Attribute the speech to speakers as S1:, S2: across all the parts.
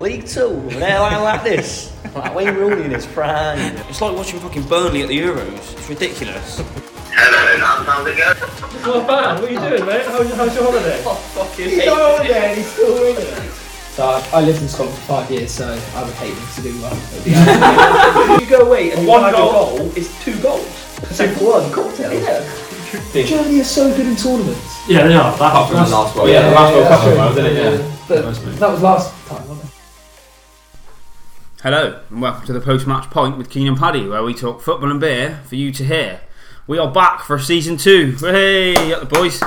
S1: League Two, and they're like, like this. Like Wayne Rooney in his prime.
S2: It's like watching fucking Burnley at the Euros. It's ridiculous.
S3: Hello, that sounds a good.
S4: Well, man, what are you doing, mate? How's, how's your holiday?
S5: He's not on there and he's still with it. So I, I lived in Scotland for five years, so I would hate them to do well. It'd be
S1: You go away and you
S4: One
S1: have
S4: goal.
S1: a goal, it's two goals. Simple one, cocktail. Yeah.
S5: absolute- Germany are so good in tournaments.
S4: Yeah, they are. That's, that's,
S6: last one.
S5: yeah,
S6: Yeah,
S5: the
S6: the
S5: last World
S6: last
S5: yeah,
S6: one
S5: Cup
S6: couple
S5: that's one, true.
S6: of wasn't
S5: wasn't it?
S6: it?
S5: Yeah.
S6: Yeah.
S5: But that was last time, wasn't it?
S7: Hello, and welcome to the post match point with Keenan Paddy, where we talk football and beer for you to hear. We are back for season two. Hey, up the boys.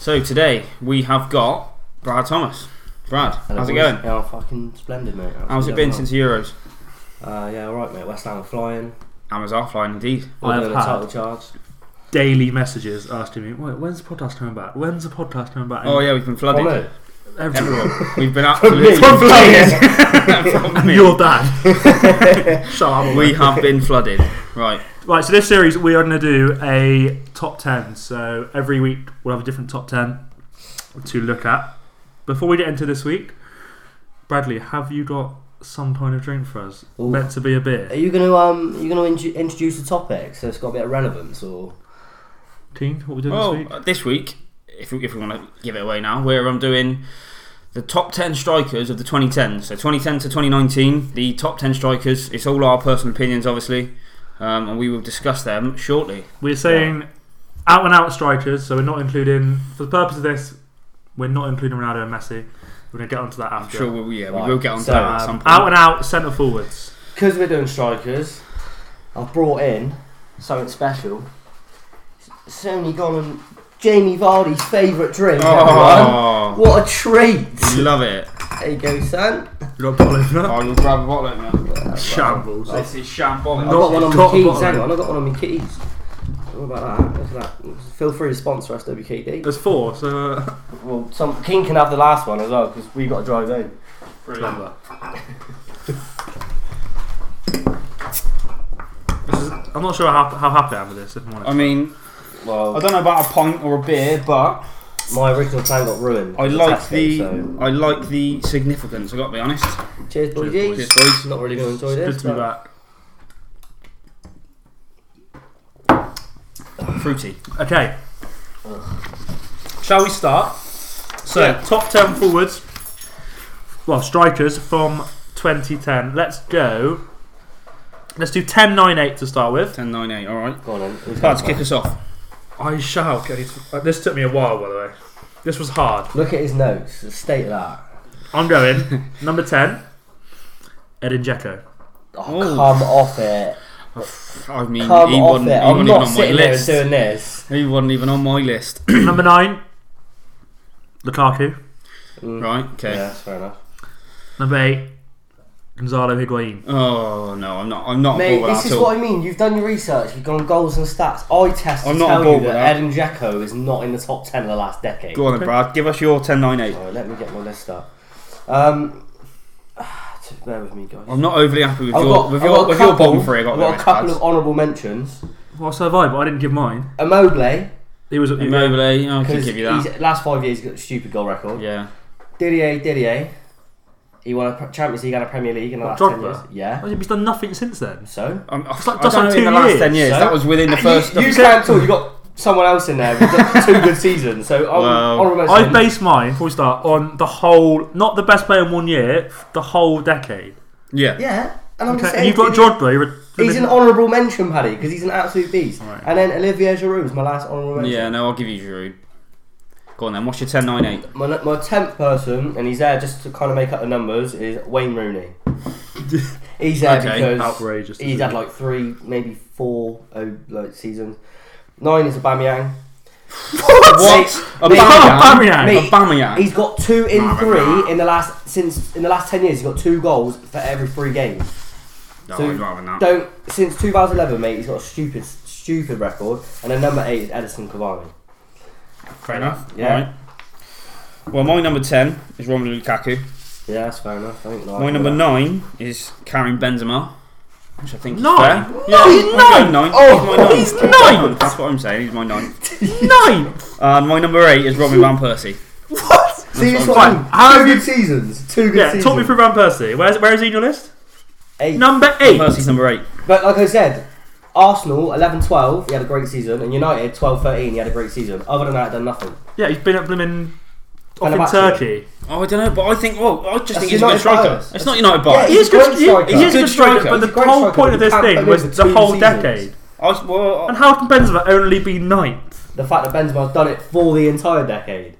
S7: So today we have got Brad Thomas. Brad, how's it going?
S8: Yeah, I'm fucking splendid, mate. I'm
S7: How's it
S8: doing
S7: been
S8: well.
S7: since the Euros?
S8: Uh, yeah, alright, mate. West Ham are flying.
S7: Amazon flying indeed.
S8: We're
S4: I have
S8: doing a
S4: had-
S8: title charge.
S4: daily messages asking me, Wait, when's the podcast coming back? When's the podcast coming back?
S7: Oh yeah, we've been flooded.
S8: From it.
S4: everyone.
S7: Everyone, we've been absolutely
S8: From
S7: flooded. From me.
S4: Your dad. Shut up.
S7: We have been flooded. Right.
S4: Right, so this series we are going to do a top 10. So every week we'll have a different top 10 to look at. Before we get into this week, Bradley, have you got some kind of drink for us?
S8: Ooh.
S4: Meant to be a
S8: Are
S4: beer.
S8: you gonna um? You gonna intro- introduce a topic so it's got a bit of relevance or?
S4: Keen, what we doing
S7: Well,
S4: this week?
S7: uh, this week, if we, if we want to give it away now, we're um, doing the top 10 strikers of the 2010s. So 2010 to 2019, the top 10 strikers. It's all our personal opinions, obviously, um, and we will discuss them shortly.
S4: We're saying out and out strikers, so we're not including, for the purpose of this, we're not including Ronaldo and Messi. We're going to get onto that
S7: I'm
S4: after.
S7: sure we'll, yeah,
S8: Right,
S7: we will get on
S8: so,
S7: to that at some
S4: Um,
S7: point.
S4: out and out centre forwards.
S8: Because we're doing strikers, I've brought in something special. It's only gone on Jamie Vardy's favourite drink.
S7: Oh,
S8: Everyone. What a treat!
S7: love it.
S8: There you go, son.
S7: I will Oh, grab a bottle opener.
S4: Shambles.
S7: This is shambolic.
S8: I've got one on my
S4: cotton
S8: keys.
S4: bottle.
S8: Hang on, I've got one on my keys. What about that? What's that? Feel free to sponsor us, WKD.
S4: There's four, so. uh,
S8: Well, some King can have the last one as well because we got to drive home.
S4: Remember. this is, I'm not sure how, how happy I am with this. If I'm honest.
S7: I mean, I
S8: Well,
S7: don't know about a pint or a beer, but
S8: my original plan got ruined.
S7: I
S8: It's
S7: like
S8: Tesco,
S7: the
S8: so-
S7: I like the significance. I got to be honest.
S8: Cheers, boys.
S7: Cheers, boys.
S8: Not really going to enjoy
S4: it's
S8: this.
S4: good to be
S8: but-
S4: back.
S7: Fruity.
S4: Okay. Shall we start? So top ten forwards, well strikers from 2010. Let's go. Let's do 10, 9, 8 to start with.
S7: Ten nine eight. All right.
S8: Go on then. Who's
S7: Lads,
S8: going
S7: kick us off.
S4: I shall. get it. Uh, This took me a while, by the way. This was hard.
S8: first? Look at his notes. The state of that.
S4: I'm going number ten, Edin Dzeko.
S8: Oh,
S7: Ooh.
S8: come off it.
S7: I mean,
S8: Come
S7: he
S8: off
S7: wasn't,
S8: it.
S7: he
S8: I'm
S7: wasn't
S8: not
S7: even on my
S8: sitting there and
S7: list.
S8: doing this.
S7: He wasn't even on my list.
S4: number nine, Lukaku.
S7: right, okay.
S8: Yeah, that's fair enough.
S4: Number eight, Gonzalo Higuain.
S7: Oh, no, I'm not, I'm not a
S8: Mate,
S7: ball with
S8: this
S7: that
S8: is
S7: at all.
S8: what I mean. You've done your research. You've gone goals and stats. I test to
S7: I'm not on
S8: tell
S7: board
S8: you
S7: with
S8: that
S7: that.
S8: Edin Dzeko is not in the top ten of the last decade.
S7: Go on then, Brad. Give us your 10 9 8.
S8: Alright, let me get my list up. Um, just bear with me, guys.
S7: I'm not overly happy with
S8: I've
S7: your,
S8: got,
S7: with
S8: I've
S7: your,
S8: got a
S7: with your
S8: couple-
S7: bottom three. I got,
S8: I've
S7: there,
S8: got a couple
S7: lads.
S8: of honourable mentions.
S4: Well, so have I, but I didn't give mine.
S8: Amoble,
S4: He was. Yeah.
S7: Immobile, eh? I can
S8: because
S7: give you that.
S8: he's last five years he's got a stupid goal record.
S7: Yeah.
S8: Didier, Didier, he won a Pre- Champions League and a Premier League in the
S4: What,
S8: last ten years.
S4: Drogba?
S8: Yeah.
S4: He's done nothing since then.
S8: So
S7: I'm,
S4: It's like
S7: I
S4: just
S7: don't
S4: like
S7: know
S4: two
S7: in the last
S4: years.
S7: 10 years.
S8: So-
S7: That was within the first.
S8: you, you can't talk. You got someone else in there. With two good seasons. So hon-
S7: Well,
S8: honourable
S4: I
S8: mentions.
S4: base mine before we start on the whole, not the best player in one year, the whole decade.
S7: yeah.
S8: yeah, and I'm just
S4: Okay,
S8: saying
S4: and you've got
S8: Didier-
S4: Drogba. you're a-
S8: He's an honourable mention, Paddy, because he's an absolute beast. And then Olivier Giroud's my last honourable mention.
S7: Yeah, no, I'll give you Giroud. Go on then, what's your 10 9 8?
S8: My, my tenth person, and he's there just to kind of make up the numbers, is Wayne Rooney. he's there
S7: Okay,
S8: because
S4: outrageous,
S8: he's
S4: isn't
S8: had
S4: it?
S8: like three, maybe four oh, like seasons. Nine is Aubameyang.
S7: What? Aubameyang?
S8: Mate,
S7: Aubameyang?
S8: He's got two in three in the last since in the last ten years. He's got two goals for every three games.
S7: No,
S8: So
S7: I'd rather not.
S8: don't since 2011, mate. He's got a stupid, stupid record. And then number eight is Edison Cavani.
S7: Fair enough.
S8: Yeah.
S7: All right. Well, my number 10 is Romelu Lukaku.
S8: Yeah, that's fair enough. I
S4: Oh,
S8: think
S7: My number nine is Karim Benzema, which I think is
S4: Nine?
S7: fair.
S4: No,
S7: Yeah,
S4: he's
S7: I'm
S4: nine.
S7: going nine.
S4: Oh,
S7: he's
S4: he's
S7: my ninth.
S4: ninth.
S7: That's what I'm saying. He's my ninth.
S4: Nine.
S7: And my number eight is Robin van Persie.
S4: What?
S8: See,
S7: That's
S8: this
S7: what
S8: one.
S7: I'm
S4: saying. How
S8: two
S4: have
S8: good
S4: you-
S8: seasons. Two good
S4: Yeah,
S8: seasons.
S4: talk me through Van Persie. Where's, where is he in your list?
S8: Eight.
S4: Number eight.
S7: Percy's number eight.
S8: But like I said, Arsenal 11 12, he had a great season. And United 12 13, he had a great season. Other than that, done nothing.
S4: Yeah, he's been at Blimmin' off in
S8: Fenerbahce.
S4: Turkey.
S7: Oh, I don't know, but I think. Well, I just
S8: That's
S7: think he's a good
S8: United
S7: striker.
S8: bias.
S7: It's not United bias.
S8: Yeah,
S4: He is
S8: He's a
S4: good,
S8: great
S4: he, he
S8: striker.
S4: is a good
S7: Good
S4: striker,
S7: striker.
S4: but the
S8: He's a great
S4: whole
S8: striker,
S4: point
S8: but he
S4: of this
S8: can't
S4: thing
S8: put
S4: was
S8: loads
S4: the
S8: of
S4: whole
S8: two seasons.
S4: decade.
S7: I, well,
S4: And how can Benzema only be ninth?
S8: The fact that Benzema's done it for the entire decade.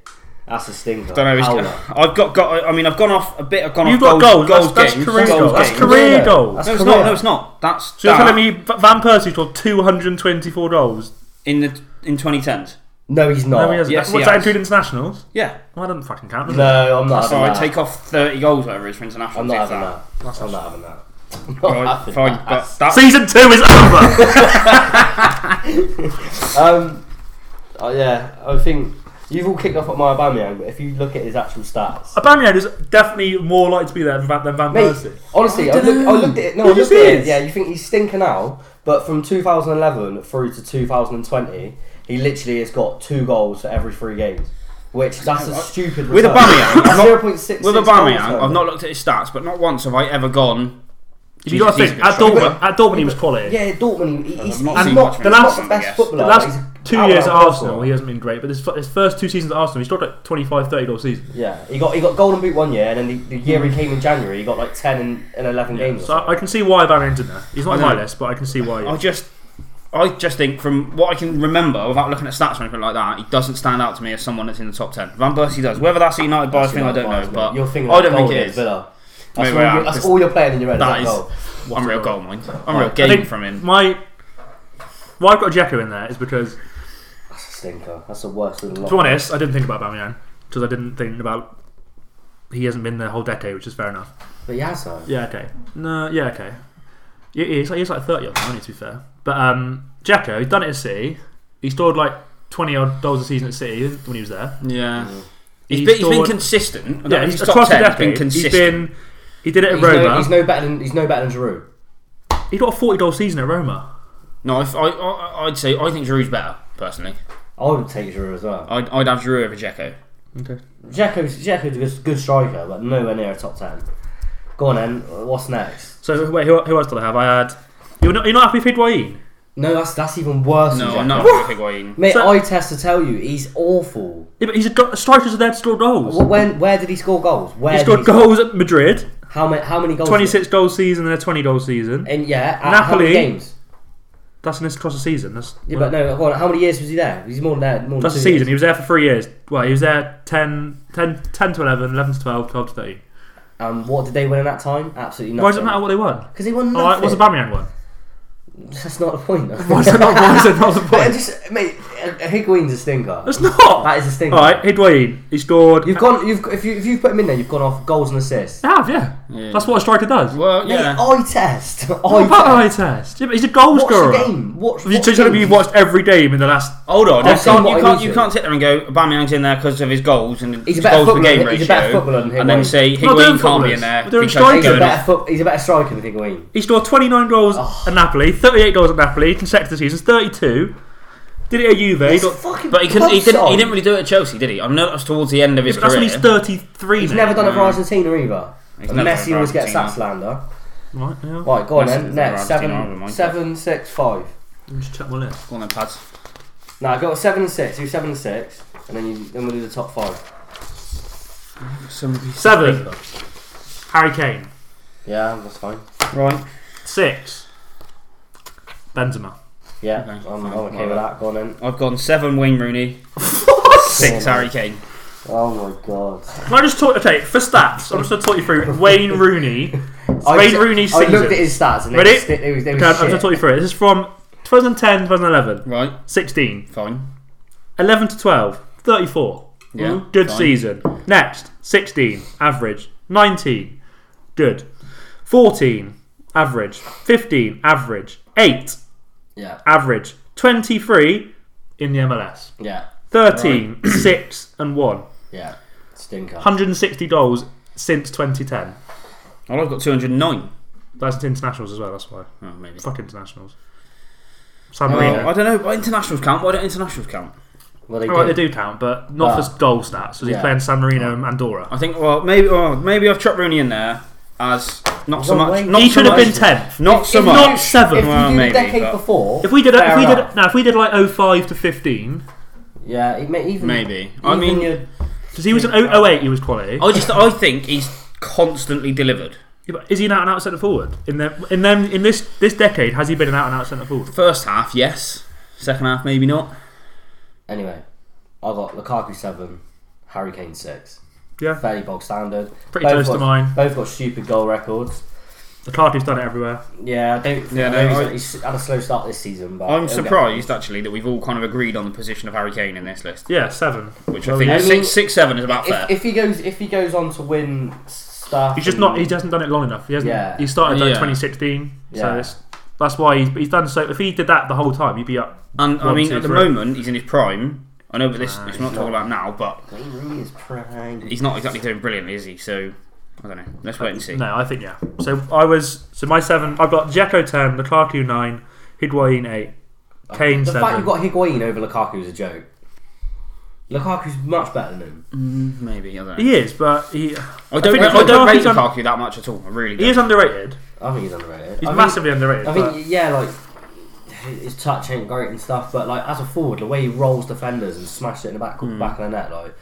S8: That's a stinker.
S7: I don't know.
S8: Howler.
S7: It's, I've got, got. I mean, I've gone off a bit. I've gone
S4: You've
S7: off
S4: got goals.
S7: goals.
S4: that's,
S7: games,
S4: that's career
S7: goals
S4: goals. That's
S7: games.
S4: career
S8: Yeah.
S4: goals.
S8: That's
S7: No, it's
S8: career.
S7: not. No, it's not. That's
S4: So
S8: Ah.
S4: you're
S7: that
S4: telling me V- Van Persie scored 224 goals?
S7: in the in 2010s.
S8: No, he's not.
S4: No, he hasn't.
S7: yes, he
S4: What's that
S7: has.
S4: include internationals?
S7: Yeah.
S4: Well, that doesn't fucking count. does it?
S8: No, I'm not.
S7: So
S8: having
S7: I
S8: that.
S7: take off 30 goals, whatever it is, for international.
S8: I'm not
S7: if
S8: having that. I'm not having that.
S7: Right, fine. But that,
S4: Season two is over.
S8: Um, oh, yeah, I think you've all kicked off at my Aubameyang, but if you look at his actual stats,
S4: Aubameyang is definitely more likely to be there than Van, than Van
S8: mate,
S4: Persie.
S8: honestly, I, look, I looked at it. No,
S4: He
S8: I looked
S4: just
S8: at it.
S4: is.
S8: Yeah, you think he's stinking now, but from 2011 through to 2020, he literally has got two goals for every three games, which that's a stupid.
S7: With
S8: return.
S7: Aubameyang, I've not-
S8: zero point six
S7: with Aubameyang, I've not looked at his stats, but not once have I ever gone.
S4: You got to
S7: Jesus,
S4: think
S7: he's a
S4: at
S7: good striker.
S4: Dortmund. At Dortmund, he was quality.
S8: Yeah, Dortmund. He, he's, he's
S7: not
S8: not,
S7: seen much
S8: not,
S7: of
S8: the
S7: him.
S8: last,
S7: I guess.
S8: best footballer.
S4: The
S8: but
S4: last
S8: he's
S4: two
S8: out-and-out
S4: years at
S8: goal
S4: Arsenal,
S8: scorer.
S4: he hasn't been great. But his, fir- his first two seasons at Arsenal, he scored like 25, 30 goal season.
S8: Yeah, he got he got golden boot one year, and then the, the year he came in January, he got like ten and, and eleven games. or
S4: So I, I
S8: something.
S4: can see why Aubameyang's in there. He's not on
S7: I
S4: my
S7: know.
S4: list, but I can see why.
S7: I just, I just think from what I can remember, without looking at stats or anything like that, he doesn't stand out to me as someone that's in the top ten. Van Persie does. Whether that's a United bias thing, I don't know, but
S8: You're thinking
S7: I
S8: like
S7: don't think
S8: Golden
S7: it is.
S8: Villa.
S7: Maybe
S8: That's,
S7: I
S8: all,
S7: am,
S8: you, that's
S7: because
S8: all you're playing in your head.
S7: That
S8: That
S7: is
S8: is that goal.
S7: unreal goal, mind. Unreal
S4: I
S7: game
S4: think
S7: from him.
S4: My why I've got Jacko in there is because, to
S8: That's a stinker. That's the worst of the lot.
S4: be honest, I didn't think about Aubameyang because I didn't think about he hasn't been there a whole decade, which is fair enough.
S8: But he has though.
S4: Yeah, okay. No, yeah, okay. Yeah, yeah, he's like, he's like 30 odd now, isn't he, to be fair. But um, Jacko, he's done it at City. He scored like 20 odd goals a season at City when he was there.
S7: Yeah. He's
S4: He's
S7: been, he's been
S4: scored-
S7: consistent. I don't know
S4: Yeah,
S7: if
S4: he's
S7: top
S4: across the
S7: 10, he's been
S4: decade. He's
S7: consistent.
S4: been. He did it at
S8: He's
S4: Roma.
S8: no, he's no better than he's no better than Giroud.
S4: he got a 40 goal season at Roma.
S7: No, if, I, I, I'd say I think Giroud's better personally.
S8: I would take Giroud as well.
S7: I'd, I'd have Giroud over Dzeko.
S8: Jacko's Jacko's a good, good striker, but nowhere near a top ten. Go on then. What's next?
S4: So, wait, who, who else did I have? I had. You're not, you're not happy with Higuaín?
S8: No, that's that's even worse.
S7: No,
S8: than
S7: I'm
S8: Dzeko.
S7: not happy with Higuain.
S8: Mate,
S4: So-
S8: I test to tell you, he's awful.
S4: Yeah, but he's a, go- strikers are there to score goals.
S8: Wh- When where did he score goals? Where
S4: he
S8: did
S4: scored
S8: score-
S4: goals at Madrid.
S8: How many? How many goals?
S4: 26 goal season and a 20 goal season.
S8: And yeah, at how
S4: Napoli.
S8: many games?
S4: That's in this across the season. That's,
S8: Yeah, but no. Go on, how many years was he there? Was he more than that? More
S4: That's
S8: than
S4: the
S8: two Years?
S4: season. He was there for three years. Well, he was there 10, 10, 10 to 11, 11 to 12, 12 to 13.
S8: Um, what did they win in that time? Absolutely nothing.
S4: Why does it matter what they won?
S8: Because they won
S4: Oh,
S8: nothing.
S4: right, what's the Bamian one?
S8: That's not the point.
S4: Why is that not, why is that not the
S8: I
S4: point?
S8: just mate, uh, Higuain's a stinker.
S4: It's not.
S8: That is a stinker.
S4: All right, Higuain. He scored.
S8: You've gone. You've if you if you put him in there, you've gone off goals and assists.
S4: I have, yeah. That's what a striker does.
S7: Well,
S8: Mate,
S7: yeah.
S8: eye test. Eye
S4: What about eye
S8: test.
S4: test? Yeah, but he's a goal
S8: Watch
S4: scorer.
S8: the game. Watch.
S4: You-
S8: watch
S4: So you're telling me
S8: games.
S4: you've watched every game in the last.
S7: Hold on.
S8: I've
S7: You
S8: seen
S7: can't,
S8: what
S7: you,
S8: I
S7: can't,
S8: need
S7: you
S8: to.
S7: can't sit there and go, Aubameyang's in there because of his goals and
S8: He's a
S7: his
S8: better
S7: goals per
S8: footballer
S7: game
S8: than-
S7: ratio.
S8: he's a better footballer than
S7: and then
S8: Higuain.
S7: say
S4: We're not doing
S7: Higuain can't be in
S4: footballers.
S7: there
S4: We're doing
S7: because he's
S4: strikers.
S8: He's a
S7: going
S8: better foot. He's a better striker than Higuain.
S4: He scored 29 goals
S8: Oh.
S4: at Napoli, 38 goals at Napoli, consecutive seasons, 32. Did it at Juve. He got,
S8: fucking.
S7: But he, couldn't, he,
S8: pubs
S7: didn't, he
S8: on.
S7: didn't really do it at Chelsea, did he? I know that's towards the end of
S4: yeah,
S7: his
S4: but that's
S7: career.
S4: when he's 33
S8: He's
S4: now.
S8: never done it for Argentina either.
S7: He's
S8: And
S7: never done it
S8: Messi
S7: for
S8: always gets that
S7: Argentina.
S8: slander.
S4: Right, yeah.
S8: Right, go on
S7: Messi's
S8: then.
S7: done
S8: Next,
S7: for Argentina, I
S8: seven,
S7: remind
S8: seven, six, five.
S4: Let me just check my list.
S7: Go on then, Pads.
S8: Now I got seven and six. Do seven and six, and then you, then we'll do the top five.
S4: Seven. Harry Kane.
S8: Yeah, that's fine.
S7: Right.
S4: Six. Benzema.
S8: Yeah,
S7: Okay,
S8: I'm,
S7: fine.
S8: I'm okay with that. Go on then.
S7: I've gone seven Wayne Rooney, six Harry Kane.
S8: Oh my god.
S4: Can I just talk? Okay, for stats, I'm just going to talk you through Wayne Rooney.
S8: I
S4: Wayne
S8: ju-
S4: Rooney's
S8: I
S4: season.
S8: looked at his stats and they
S4: Ready?
S8: were sti- they was, they was
S4: Okay, I'm just going to
S8: shit.
S4: talk you through it. This is from 2010, 2011,
S7: Right,
S4: 16,
S7: fine.
S4: 11 to 12, 34.
S7: Yeah,
S8: Hmm?
S4: Mm, Good
S7: fine.
S4: season. Next, 16, average. 19, good. 14, average. 15, average. 8,
S8: Yeah,
S4: average. 23 in the MLS.
S8: yeah,
S4: 13, 6 and 1.
S8: yeah. Stinker.
S4: 160 goals since 2010.
S7: Well, I've got 209.
S4: That's internationals as well, that's why.
S7: Oh, maybe.
S4: Fuck internationals. San
S7: Well,
S4: Marino.
S8: Oh,
S4: Oh.
S7: I don't know. Internationals count. Why don't internationals count?
S8: Well, they
S4: All right,
S8: do.
S4: they do count, but not for goal stats. So he's
S8: Ah. Yeah.
S4: playing San Marino and Andorra.
S7: I think. Well, maybe. Well, maybe I've chucked Rooney in there as not so
S8: Well,
S7: much.
S8: wait,
S7: Not
S4: he
S7: so
S4: should have
S7: much-
S4: been tenth.
S7: Not so
S8: If
S7: much.
S8: you-
S4: Not seven.
S8: If you
S7: Well,
S8: do
S7: maybe,
S8: the decade
S7: but-
S8: before,
S4: If we did,
S8: fair
S4: if we
S8: enough.
S4: did, now if we did like 05 to 15,
S8: yeah, it may, even
S7: Maybe. I mean,
S4: because he was an 08, he was quality.
S7: I just. I think he's constantly delivered.
S4: Yeah, but is he an out and out centre forward in them? In them, in this this decade, has he been an out and out centre forward?
S7: First half, yes. Second half, maybe not.
S8: Anyway, I got Lukaku seven, Harry Kane six.
S4: Yeah,
S8: Fairly bog standard.
S4: Pretty close to
S8: got,
S4: mine.
S8: Both got stupid goal records.
S4: Lukaku's done it everywhere.
S8: Yeah, I don't.
S7: Yeah,
S8: Yeah,
S7: no, I-
S8: he's, he's had a slow start this season, but
S7: I'm
S8: he'll get-
S7: surprised actually that we've all kind of agreed on the position of Harry Kane in this list,
S4: Yeah, seven.
S7: which I think
S8: I mean-
S7: six, six, seven is about fair.
S8: If, if he goes, if he goes on to win stuff,
S4: He's just not. He hasn't done it long enough. He hasn't.
S8: Yeah.
S4: He started like
S7: Yeah.
S4: 2016,
S8: Yeah.
S4: so it's, that's why he's, he's done so. If he did that the whole time, he'd be up.
S7: and I
S4: One,
S7: mean,
S4: two,
S7: at the
S4: three.
S7: moment, he's in his prime. I know, but this it's not talking about now. But
S8: Rooney is prime.
S7: he's not exactly doing brilliantly, is he? So I don't know. Let's wait and see.
S4: No, I think yeah. So I was. So my seven. I've got Jacko ten, Lukaku nine, Higuain eight, Kane
S8: The fact
S4: seven.
S8: you've got Higuain over Lukaku is a joke. Lukaku's much better than him.
S7: Maybe I don't know.
S4: he is, but he
S7: I don't.
S4: think-
S7: I
S4: I don't
S7: don't rate
S4: think he's on-
S7: Lukaku that much at all. I really.
S4: he
S7: Don't.
S4: is underrated.
S8: I think he's underrated.
S4: He's
S8: I mean-
S4: massively underrated.
S8: I
S4: but-
S8: think yeah, like his touch ain't great and stuff, but like as a forward, the way he rolls defenders and smashes it in the back
S4: Hmm.
S8: back of the net, like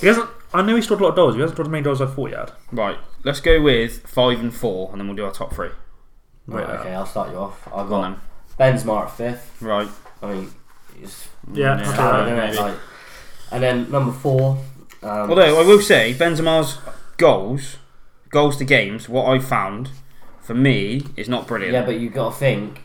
S4: He hasn't. I know he scored a lot of goals. He hasn't scored as many goals as I thought he had.
S7: Right. Let's go with five and four, and then we'll do our top three.
S8: right, okay, I'll start you off. I
S7: Go on
S8: got Benzema at fifth.
S7: then. Right.
S8: I mean, he's
S7: Yeah.
S4: Yeah, that's
S7: Uh,
S4: alright.
S8: bad, isn't it?
S7: maybe.
S8: Like, and then number four. Um,
S7: Although I will say Benzema's goals, goals to games, what I found for me is not brilliant.
S8: yeah, but you got to think.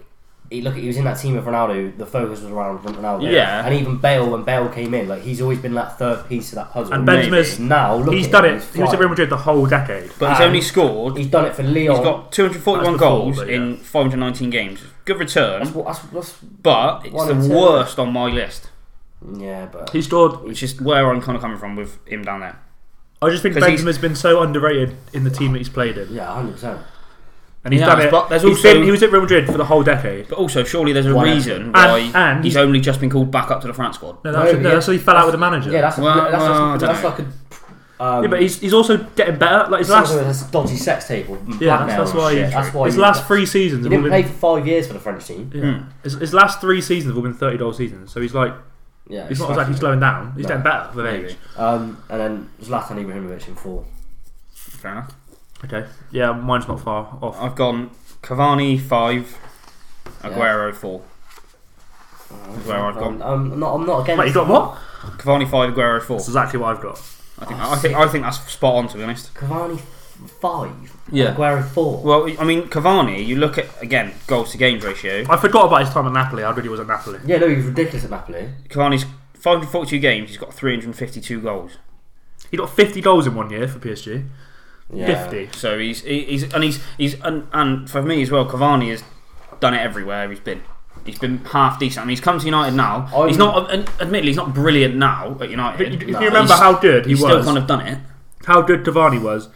S8: He, look, he was in that team with Ronaldo. The focus was around Ronaldo.
S7: Yeah.
S8: and even Bale when Bale came in, like he's always been that third piece of that puzzle.
S4: And
S7: Maybe.
S4: Benzema's.
S8: now look
S4: He's
S8: at
S4: done
S8: him,
S4: it. He was at
S8: flying.
S4: Real Madrid the whole decade.
S7: But he's
S8: Um,
S7: only scored.
S8: He's done it for Leon.
S7: He's got 241
S4: That's before,
S7: goals
S4: but yeah.
S7: in 519 games. Good
S8: that's,
S7: return,
S8: what- that's, that's,
S7: but it's
S8: one
S7: the
S8: and two.
S7: worst on my list,
S8: yeah, but
S4: He scored.
S7: which is where I'm kind of coming from with him down there.
S4: I just think
S7: 'Cause he's-
S4: Benzema's been so underrated in the team that he's played in,
S8: yeah, hundred percent.
S4: and he's
S7: Yeah,
S4: done it.
S7: but there's
S4: he's
S7: also-
S4: been- he was at Real Madrid for the whole decade.
S7: But also, surely there's a
S8: Why not?
S7: reason
S4: And-
S7: why
S4: and-
S7: he's only just been called back up to the France squad.
S4: No, that's,
S8: No,
S4: no,
S8: yeah.
S4: that's why he fell out with the manager.
S8: Yeah, that's
S7: Well,
S8: that's, that's,
S7: well, I
S8: that's,
S7: don't
S8: like a. Um,
S4: Yeah, but he's, he's also getting better. Like his
S8: that's
S4: last,
S8: also a dodgy sex table.
S4: yeah, that's, that's why. he-
S8: That's why
S4: his
S8: he-
S4: last three seasons
S8: He
S4: have all
S8: didn't play
S4: been.
S8: for five years for the French team.
S4: Yeah. His, his last three seasons have all been thirty goal seasons. So he's like,
S8: Yeah,
S4: he's not exactly slowing down. He's
S8: No.
S4: getting better with
S7: Maybe.
S4: age.
S8: Um, and then Zlatan Ibrahimovic in four.
S7: Fair enough.
S4: Okay. Yeah, mine's not far off.
S7: I've gone Cavani five, Aguero four.
S4: Uh,
S7: Is where I've
S8: Um,
S7: gone.
S8: I'm not. I'm not against.
S4: Wait, you got what?
S7: Cavani five, Aguero four.
S4: That's exactly what I've got.
S7: I think I think I think that's spot on to be honest.
S8: Cavani five.
S7: Yeah.
S8: Aguero four.
S7: Well, I mean Cavani, you look at again goals to games ratio.
S4: I forgot about his time at Napoli. I really was at Napoli.
S8: yeah, no, he was ridiculous at Napoli.
S7: Cavani's 542 games, he's got 352 goals.
S4: He got 50 goals in one year for PSG.
S8: Yeah.
S4: 50.
S7: So he's he- he's and he's he's and, and for me as well, Cavani has done it everywhere he's been. He's been half decent. I mean, he's come to United now.
S8: I'm-
S7: he's not, and admittedly, he's not brilliant now at
S4: But you-
S7: United.
S4: if you remember
S7: He's-
S4: how good he
S7: he's
S4: was,
S7: still kind of done it.
S4: how good Cavani was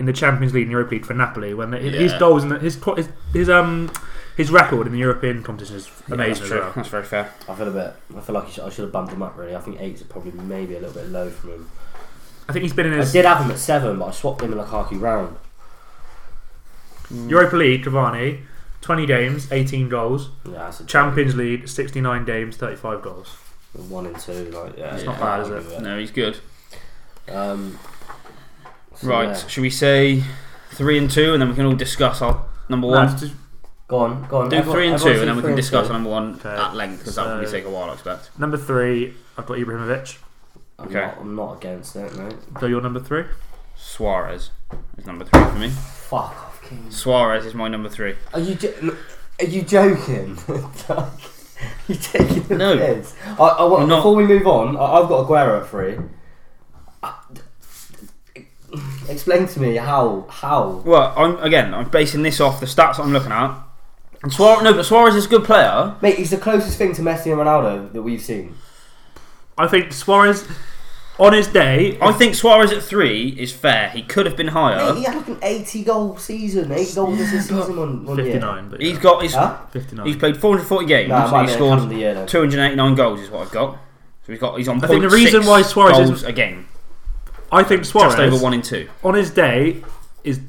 S4: in the Champions League and Europa League for Napoli, when his
S7: Yeah.
S4: goals and his his, his um his record in the European competition is amazing
S7: That's
S4: as
S7: true.
S4: well.
S7: That's very fair.
S8: I feel a bit. I feel like he should, I should have bumped him up. Really, I think eight's probably maybe a little bit low from him.
S4: I think he's been in
S8: I
S4: his
S8: did have him at seven, but I swapped him and Lukaku round.
S4: Europa League Cavani, 20 games, 18 goals.
S8: Yeah, that's a
S4: Champions League, 69 games, 35 goals.
S8: one and two. Like, yeah,
S4: It's not bad, is it?
S7: No, he's good.
S8: Um, so
S7: Right?
S8: yeah.
S7: Should we say three and two, and then we can all discuss our number
S4: No,
S7: one?
S4: it's just-
S8: Go on, go on.
S7: Do
S8: Everyone-
S7: three and two,
S8: everyone
S7: and then
S8: say
S7: we
S8: three
S7: can
S8: and
S7: discuss
S8: two.
S7: our number one
S4: Okay.
S7: at length because that will probably
S4: So-
S7: take a while, I expect.
S4: number three, I've got Ibrahimovic.
S8: I'm,
S7: Okay.
S8: not, I'm not against it, mate.
S4: So you're number three?
S7: Suarez is number three for me.
S8: Fuck off, King.
S7: Suarez is my number three.
S8: Are you jo- are you joking? you taking the
S7: No.
S8: piss? I, I want,
S7: I'm not.
S8: before we move on, I, I've got Aguero at three. I- Explain to me how how
S7: Well, I'm again, I'm basing this off the stats I'm looking at. And Suarez, no, but Suarez is a good player.
S8: mate he's the closest thing to Messi and Ronaldo that we've seen.
S4: I think Suarez, on his day,
S7: I think Suarez at three is fair. He could have
S8: Mate,
S7: been
S8: he
S7: higher.
S8: had like an eighty goal season, eight goals this season on one year.
S4: 59. But
S7: He's
S4: yeah,
S7: got his.
S8: Huh?
S7: He's
S4: 59.
S7: played 440 games.
S8: Nah, it might
S7: and
S8: be
S7: he
S8: the calendar year
S7: scored
S8: though.
S7: 289 goals is what I've got. So he's got he's on.
S4: I think the
S7: 0.6
S4: reason why Suarez
S7: goals
S4: isn't-
S7: a game,
S4: I think Suarez
S7: just over one in two.
S4: on his day is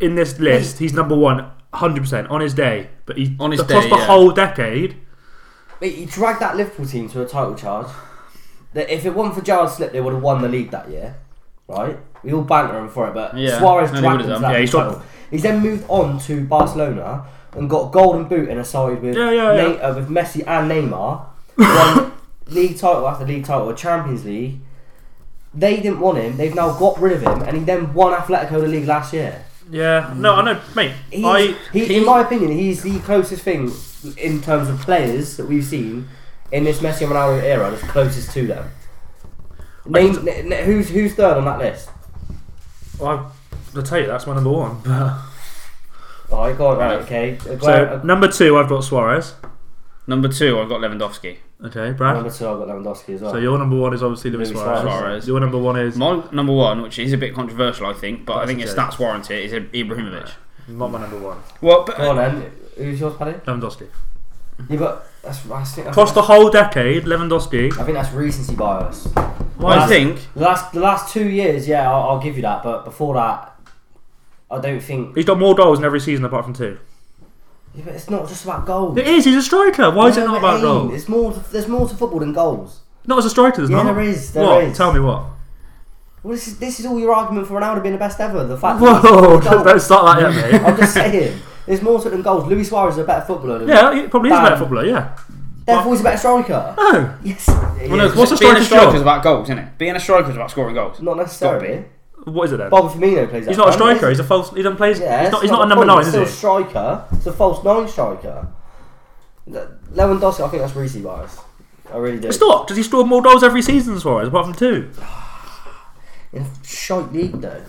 S4: in this list. He's number one, 100 percent on his day. But he
S7: On his
S4: across
S7: day,
S4: the
S7: yeah.
S4: whole decade.
S8: Mate, he dragged that Liverpool team to a title charge. That if it wasn't for Gerard Slip, they would have won the league that year, right? We all banter him for it, but
S7: Yeah,
S8: Suarez
S7: and he
S8: dragged
S7: would
S8: him
S7: have
S8: to
S7: done.
S8: that
S4: Yeah, he's got-
S8: title. He's then moved on to Barcelona and got a golden boot in a side with
S4: Yeah, yeah, yeah.
S8: Ne- uh, with Messi and Neymar. Won league title after league title, Champions League. They didn't want him. They've now got rid of him, and he then won Atletico the league last year.
S4: Yeah, no, I know, mate.
S8: He's,
S4: I
S8: he, in my opinion, he's the closest thing in terms of players that we've seen in this Messi and Ronaldo era. That's closest to them. Name, n- n- who's who's third on that list?
S4: I, I'll tell you that's my number one.
S8: Oh, I got right. Okay,
S4: so
S8: Aguero,
S4: number two, I've got Suarez.
S7: Number two, I've got Lewandowski.
S4: Okay, Brad.
S8: number two, I've got Lewandowski as well.
S4: So your number one is obviously Luis
S8: Luis
S4: Suarez.
S7: Suarez.
S4: Your number one is
S7: My number one, which is a bit controversial, I think, but I think
S4: That's
S7: it's
S4: okay.
S7: stats warranted, is Ibrahimovic.
S4: not my number one.
S7: Well, but,
S8: Go on then. Who's yours, Paddy?
S4: Lewandowski.
S8: You got. That's, I think that's,
S4: Across the whole decade, Lewandowski.
S8: I think that's recency bias.
S7: I think
S8: The last the last two years, yeah, I'll, I'll give you that. But before that, I don't think.
S4: He's got more goals in every season apart from two.
S8: Yeah, but it's not just about goals.
S4: It is. He's a striker. Why is it
S8: Yeah,
S4: not
S8: but
S4: about
S8: aim.
S4: goals?
S8: It's more. There's more to football than goals.
S4: Not as a striker, there's
S8: Yeah,
S4: not.
S8: there is, there
S4: what?
S8: is.
S4: Tell me what.
S8: Well, this is this is all your argument for Ronaldo being the best ever. The fact. that he's
S4: Whoa!
S8: scored goals.
S4: Don't start that yet, mate.
S8: I'm just saying. There's more to it than goals. Luis Suarez is a better footballer. Than
S4: Yeah, he probably is a better
S8: Bam.
S4: footballer. Yeah.
S8: Therefore, he's a better striker.
S4: No.
S8: Yes. he
S7: well, no,
S8: is.
S7: 'cause
S4: What's a
S7: being a
S4: striker's
S7: striker
S4: job?
S7: is about goals, isn't it? Being a striker is about scoring goals.
S8: not necessarily.
S4: What is it then?
S8: Bobby Firmino plays.
S4: He's
S8: that
S4: not a
S8: role,
S4: striker.
S8: is
S4: He's a false. He doesn't play.
S8: he? yeah,
S4: he's not.
S8: it's
S4: He's not a number
S8: point.
S4: nine,
S8: He's
S4: is
S8: still
S4: he?
S8: a striker. It's a false nine striker. Le- Lewandowski, I think that's Reese bias. I really do.
S4: It's not. Does he score more goals every season as far as apart from two?
S8: in a shite league though.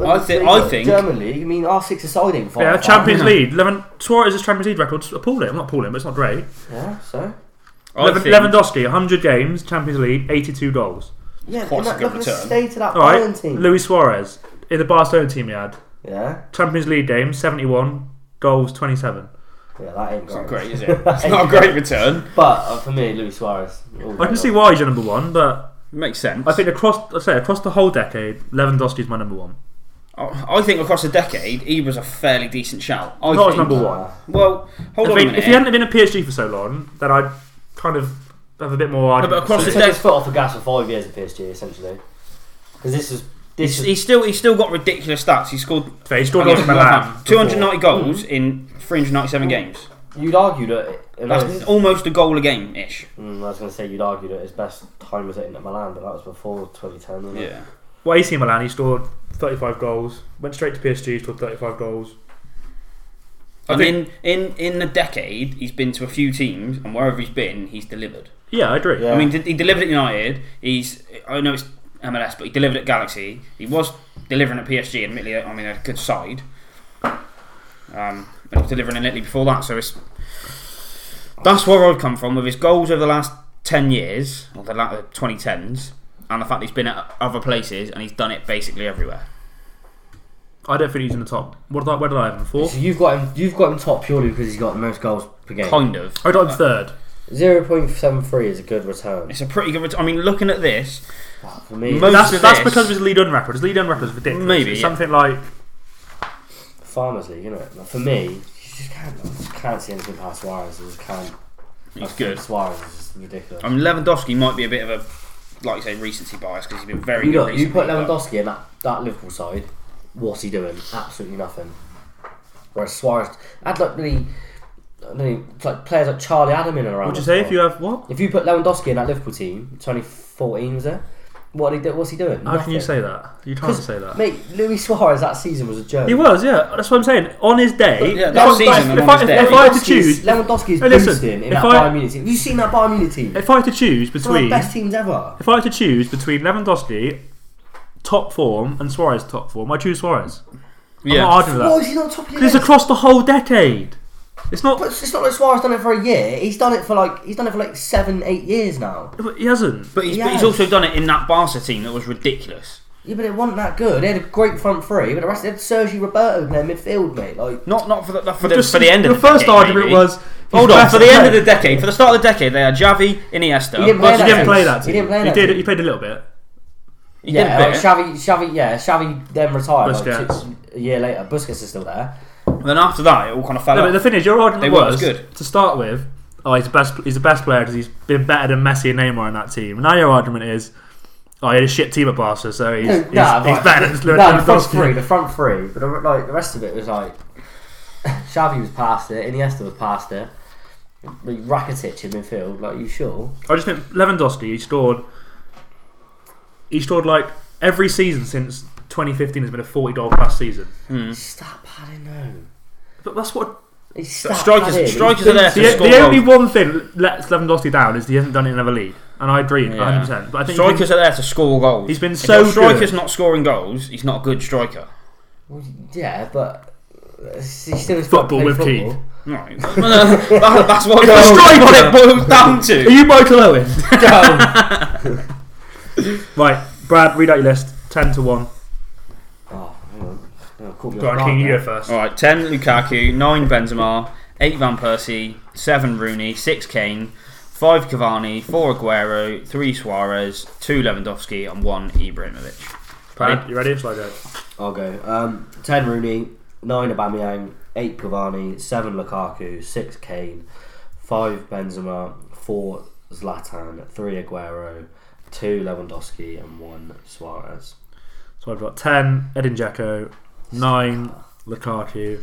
S7: I thi- I
S8: Bundesliga,
S7: think-
S8: German league. I mean, our six aside in five.
S4: yeah, Champions
S7: yeah.
S4: League. Lewand Suarez's Champions League record's appalling. I'm not appalling, but it's not great.
S8: Yeah, so.
S7: I
S4: Lewand-
S7: think-
S4: Lewandowski, 100 games, Champions League, 82 goals.
S8: Yeah,
S7: quite
S8: and
S7: a
S8: that-
S7: good
S8: look at the
S7: return.
S8: state of that
S4: All right,
S8: Bayern team.
S4: Luis Suarez in the Barcelona team he had
S8: Yeah,
S4: Champions League games, 71 goals, 27.
S8: yeah, that ain't
S7: It's not
S8: great.
S7: great, is it? It's not a great return.
S8: But uh, for me, Luis Suarez. all
S4: I
S8: day
S4: can see
S8: long.
S4: why he's your number one, but
S7: Makes sense.
S4: I think across, I say across the whole decade, Lewandowski's my number one.
S7: I I think across a decade, he was a fairly decent shout. I
S4: Not
S7: think,
S4: his number one.
S7: Well, hold on a
S4: If, he,
S7: minute.
S4: if he hadn't been at PSG for so long, then I'd kind of have a bit more.
S7: No, but
S4: Argument.
S7: across
S8: He
S7: his
S8: took his
S7: decade,
S8: foot off the gas for five years at PSG, essentially. Because this is this
S7: he's,
S8: is
S7: he's still he's still got ridiculous stats. He scored
S4: he scored goals in Milan.
S7: 290 goals in 397 games.
S8: you'd argue that. It, it
S7: e- That's
S8: was-
S7: almost a goal a game ish.
S8: Mm, I was going to say you'd argue that his best time was at Inter Milan, but that was before 2010. Wasn't it?
S7: Yeah.
S4: Well, AC Milan, he scored 35 goals, went straight to PSG, scored 35 goals. I
S7: And
S4: think-
S7: in, in in a decade, he's been to a few teams, and wherever he's been, he's delivered.
S4: Yeah, I agree.
S8: Yeah.
S7: I mean, did- he delivered at United. He's I know it's MLS, but he delivered at Galaxy. He was delivering at PSG. Admittedly, I mean, a good side. Um, and he was delivering in Italy before that, so it's that's where I've come from with his goals over the last ten years, or the la- uh, 2010s, and the fact that he's been at other places and he's done it basically everywhere.
S4: I don't think he's in the top. What did I, where did I have him? Fourth?
S8: So you've got him. You've got him top purely because he's got the most goals per game.
S7: Kind of.
S4: I got him third.
S8: Zero point seven three is a good return
S7: It's a pretty good. ret- I mean, looking at this,
S8: for me.
S7: Mo-
S4: That's,
S7: of
S4: that's
S7: this-
S4: because of his lead on record. His lead on record is ridiculous.
S7: Maybe,
S4: It's
S7: yeah.
S4: something like
S8: Farmers League, isn't it? Like, for me, you just can't, I just can't see anything past Suarez. I just can't.
S7: he's good.
S8: Suarez is just ridiculous.
S7: I mean, Lewandowski might be a bit of a, like you say, recency bias because he's been very
S8: You
S7: good.
S8: look, you
S7: recently,
S8: put
S7: but-
S8: Lewandowski in that, that Liverpool side, what's he doing? Absolutely nothing. Whereas Suarez, I'd like really, I don't know, it's like players like Charlie Adam in and around.
S4: Would you
S8: that
S4: say
S8: squad.
S4: if you have what?
S8: if you put Lewandowski in that Liverpool team, 2014 was it? What he do, what's he doing?
S4: How can you
S8: Nothing.
S4: say that? You can't
S8: 'Cause,
S4: say that.
S8: Mate, Luis Suarez that season was a joke.
S4: He was, yeah. That's what I'm saying. On his day,
S7: Yeah,
S4: if
S7: that
S4: I-
S7: season
S4: If,
S7: and
S4: I,
S7: on his
S4: if
S7: day.
S4: I had to
S8: Lewandowski's-
S4: choose,
S8: Lewandowski is
S4: Hey, listen,
S8: boosting in
S4: if
S8: that
S4: I-
S8: Bayern Munich team. Have you seen that Bayern Munich team?
S4: if I had to choose
S8: It's one of
S4: between,
S8: the best teams ever.
S4: if I had to choose between Lewandowski top form and Suarez top form, I choose Suarez. I'm
S7: Yeah.
S4: not arguing
S8: Why
S4: with
S8: is
S4: that.
S8: he not top of your
S4: It's
S8: list?
S4: across the whole decade. It's not.
S8: But it's not like Suarez done it for a year. He's done it for like he's done it for like seven, eight years now.
S4: He hasn't.
S7: But he's, but
S8: Yes.
S7: he's also done it in that Barca team that was ridiculous.
S8: Yeah, but it wasn't that good. They had a great front three, but the rest they had Sergio Roberto in their midfield, mate. Like
S7: Not not for the, for the,
S4: Just-
S7: for the end
S4: your
S7: of the
S4: first
S7: decade,
S4: argument
S7: maybe.
S4: was
S7: Hold on, for
S4: better
S7: the end of
S4: player.
S7: the decade, for the start of the decade, they had Javi,
S8: He
S7: Iniesta.
S8: didn't
S4: Well, he didn't
S8: team.
S4: play that.
S8: He didn't play
S4: He
S8: that.
S4: did.
S8: team.
S4: He played a little bit.
S7: He did
S8: Yeah,
S7: a
S8: like
S7: bit.
S8: Xavi, Xavi, yeah, Xavi then retired like,
S4: Busquets.
S8: two- a year later. Busquets is still there.
S7: Then after that, it all kind of fell
S4: No,
S7: out.
S4: but the thing is, your argument
S7: They weren't
S4: was
S7: as good.
S4: to start with. Oh, he's the best. He's the best player because he's been better than Messi and Neymar in that team. Now your argument is, oh, he had a shit team at Barca, so he's he's,
S8: Nah,
S4: he's
S8: like-
S4: better than
S8: No, the front three,
S4: Lewandowski.
S8: the front three, but the, like the rest of it was like Xavi was past it, Iniesta was past it, like, Rakitic in midfield. Like, you sure?
S4: I just think Lewandowski. He scored. He scored like every season since 2015 has been a 40 goal plus season.
S8: Stop padding though.
S4: But that's what
S8: He's stat
S7: strikers-
S8: padding.
S7: strikers are there
S4: the,
S7: to
S8: He's-
S7: score
S4: the only
S7: goals.
S4: one thing that lets Lewandowski down is he hasn't done it in another league, and I agree 100. percent But I think he's been-
S7: strikers are there to score goals.
S4: He's been
S7: If
S4: so
S7: your striker's
S4: good.
S7: not scoring goals, he's not a good striker.
S8: Yeah, but uh, he still is
S4: Football with
S8: football.
S4: Keane.
S7: No, that, that's what,
S4: a
S7: that's what
S4: striker-
S7: it boils down
S4: Are
S7: to.
S4: you Michael Owen? right, Brad, read out your list. 10 to 1.
S8: Oh, hang on. No, caught me
S4: Go
S8: off
S4: on,
S8: guard
S4: King, you
S8: there.
S4: go first.
S7: All right, ten Lukaku, nine Benzema, eight Van Persie, seven Rooney, six Kane, five Cavani, four Aguero, three Suarez, two Lewandowski, and one Ibrahimovic.
S4: Brad, you ready? Shall I go?
S8: I'll go. Um, ten Rooney, nine Aubameyang, eight Cavani, seven Lukaku, six Kane, five Benzema, four Zlatan, three Aguero, two Lewandowski, and one Suarez.
S4: So I've got 10, Edin Dzeko, 9, Lukaku,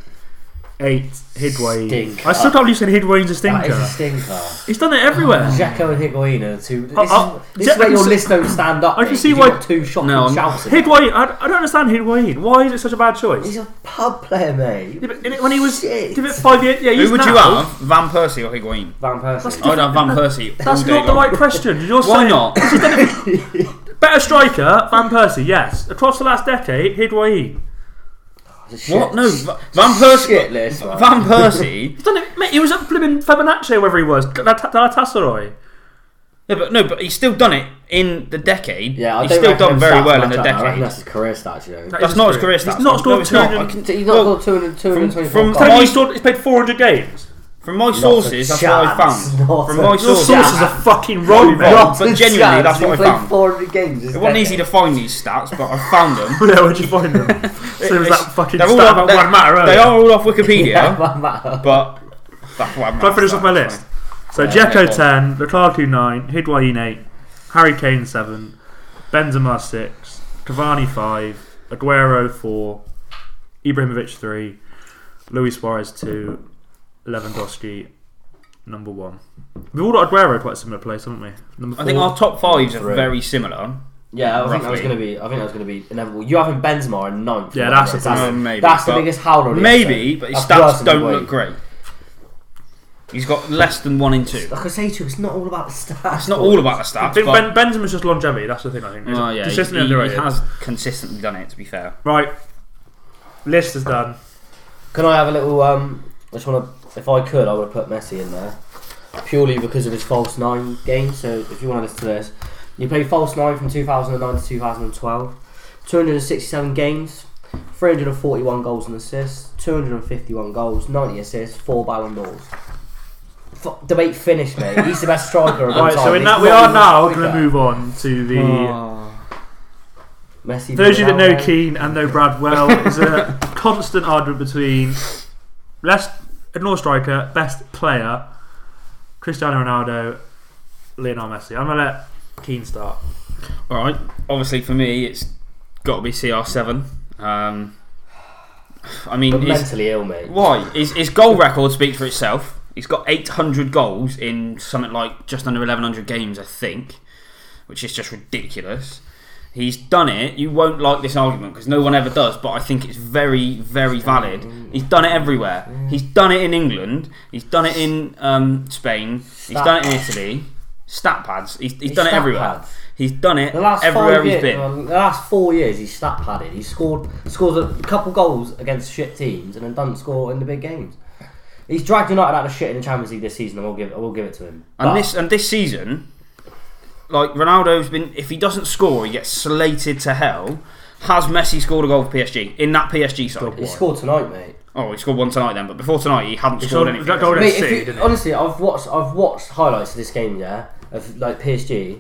S4: 8, Hidway.
S8: Stink.
S4: I still can't believe you said Hidwayne's a stinker.
S8: That is a stinker.
S4: He's done it everywhere.
S8: Jacko and Higuain are two. This,
S4: I- I-
S8: is, this
S4: Je-
S8: is where
S4: I can
S8: your
S4: see-
S8: list don't stand up.
S4: uh, I can
S8: mate,
S4: see
S8: 'cause
S4: why-
S8: you've got two shocking
S7: No, I'm-
S8: shouts. in it.
S4: Hidway, I, I don't understand Hidwayne. Why is it such a bad choice?
S8: He's a pub player, mate.
S4: Yeah, but in it- when he was,
S8: Shit.
S4: give it five years. Yeah, he's
S7: Who would you
S4: now-
S7: have, Van Persie or Higuain?
S8: Van Persie. Oh,
S7: I would have Van Persie. all
S4: That's
S7: day
S4: not the
S7: long.
S4: right question. You're
S7: Why
S4: saying-
S7: not?
S4: Better striker, Van Persie, yes. Across the last decade, Hidwayne.
S7: What? No, Va- Van Persie.
S8: Shit list. man.
S7: Van Persie.
S4: Done it, mate, he was at flipping Fibonacci, wherever he was. Galatasaray.
S7: Yeah, but no, but he's still done it in the decade.
S8: Yeah, I
S7: he's
S8: don't
S7: still
S8: reckon
S7: done
S8: his
S7: very
S8: stats
S7: well in
S8: match
S7: the
S8: up. I reckon
S7: decade.
S8: that's his career stats, you know.
S4: That
S7: That's
S4: is
S7: not his
S4: true.
S7: career
S4: He's
S7: stats.
S4: not scored
S7: no, it's not.
S4: 200
S7: I can-
S8: He's
S7: Well,
S8: not got 200, 224
S7: from-
S8: goals.
S4: Tell me
S7: I-
S4: he's, scored- he's played 400 games.
S7: From my
S8: a
S7: sources, that's what I
S8: chance.
S7: found.
S8: Not
S7: From
S8: a
S7: my
S8: chance.
S4: Your
S7: sources,
S4: sources are fucking wrong, mate.
S7: wrong. But genuinely, that's
S8: He
S7: what I
S8: played
S7: found.
S8: 400 games.
S7: It wasn't easy to find these stats, but I found them.
S4: Yeah, where'd you find them? So was
S7: It's-
S4: that fucking
S7: they're all
S4: stat
S7: off-
S4: about
S7: they-
S4: Juan Mata earlier.
S7: They are all off Wikipedia,
S8: Yeah,
S7: but that's what I'm.
S4: Can I finish off my list? So Dzeko
S7: okay, go
S4: 10, Lukaku 9, Hidwayne 8, Harry Kane 7, Benzema 6, Cavani 5, Aguero 4, Ibrahimovic 3, Luis Suarez 2, Lewandowski number 1. We've all got Aguero quite similar place, haven't we? Number 4.
S7: I think our top fives are
S8: Three.
S7: very similar.
S8: yeah, I think that was
S7: Roughly.
S8: going to be. I think that was going to be inevitable. You having Benzema in ninth.
S4: Yeah, that's a-
S7: Oh, maybe,
S8: that's the
S7: but-
S8: biggest howl on it,
S7: Maybe,
S8: so
S7: but his
S8: that's worse
S7: stats
S8: than
S7: don't
S8: Higuain.
S7: look great. He's got less than one in two.
S8: Like I say to you, it's not all about the stats.
S7: It's not all about the stats.
S4: I think
S7: but,
S4: ben, Benzema's just longevity, that's the thing I think. He's
S7: Oh, yeah, he,
S4: consistently
S7: he- he
S4: underrated.
S7: has consistently done it. To be fair,
S4: Right. List is done.
S8: Can I have a little? Um, I just want to. If I could, I would have put Messi in there purely because of his false nine game. So if you want to listen to this, you played false nine from 2009 to 2012, 267 games, 341 goals and assists, 251 goals, 90 assists, four Ballon d'Ors. F- debate finished, mate. He's the best striker of all
S4: Right,
S8: time.
S4: so in
S8: He's
S4: that we
S8: not
S4: are
S8: even
S4: now
S8: a
S4: going to
S8: striker.
S4: move on to the.
S7: Oh.
S8: Messi.
S4: For those of you that know
S8: Ronaldo.
S4: Keane and know Brad well, it's a constant argument between less ignore striker, best player, Cristiano Ronaldo, Lionel Messi. I'm gonna let Keane start.
S7: all right. Obviously, for me, it's got to be CR7. Um, I mean,
S8: But
S7: his,
S8: mentally ill, mate.
S7: why? His, his goal record speaks for itself. He's got 800 goals in something like just under 1100 games, I think, which is just ridiculous. He's done it. You won't like this argument because no one ever does, but I think it's very, very valid. He's done it everywhere. He's done it in England. He's done it in um, Spain. He's
S8: Stat
S7: done it in Italy. Stat pads. He's, he's,
S8: His
S7: done it
S8: stat
S7: everywhere.
S8: pads.
S7: He's done it
S8: The last
S7: everywhere
S8: five
S7: he's
S8: years,
S7: been.
S8: the last four years, he's stat padded. He scored scored a couple goals against shit teams and then doesn't score in the big games. He's dragged United out of shit in the Champions League this season, and we'll give I will give it to him. But
S7: And this and this season, like Ronaldo's been, if he doesn't score, he gets slated to hell. Has Messi scored a goal for PSG in that PSG side?
S8: he scored tonight, mate.
S7: Oh, he scored one tonight then, but before tonight he hadn't
S4: He
S7: scored
S4: scored-
S7: anything.
S4: that goal-
S7: It
S4: Let's
S8: Mate, if
S4: see,
S8: you-
S4: didn't it?
S8: honestly, I've watched I've watched highlights of this game, yeah, of like PSG,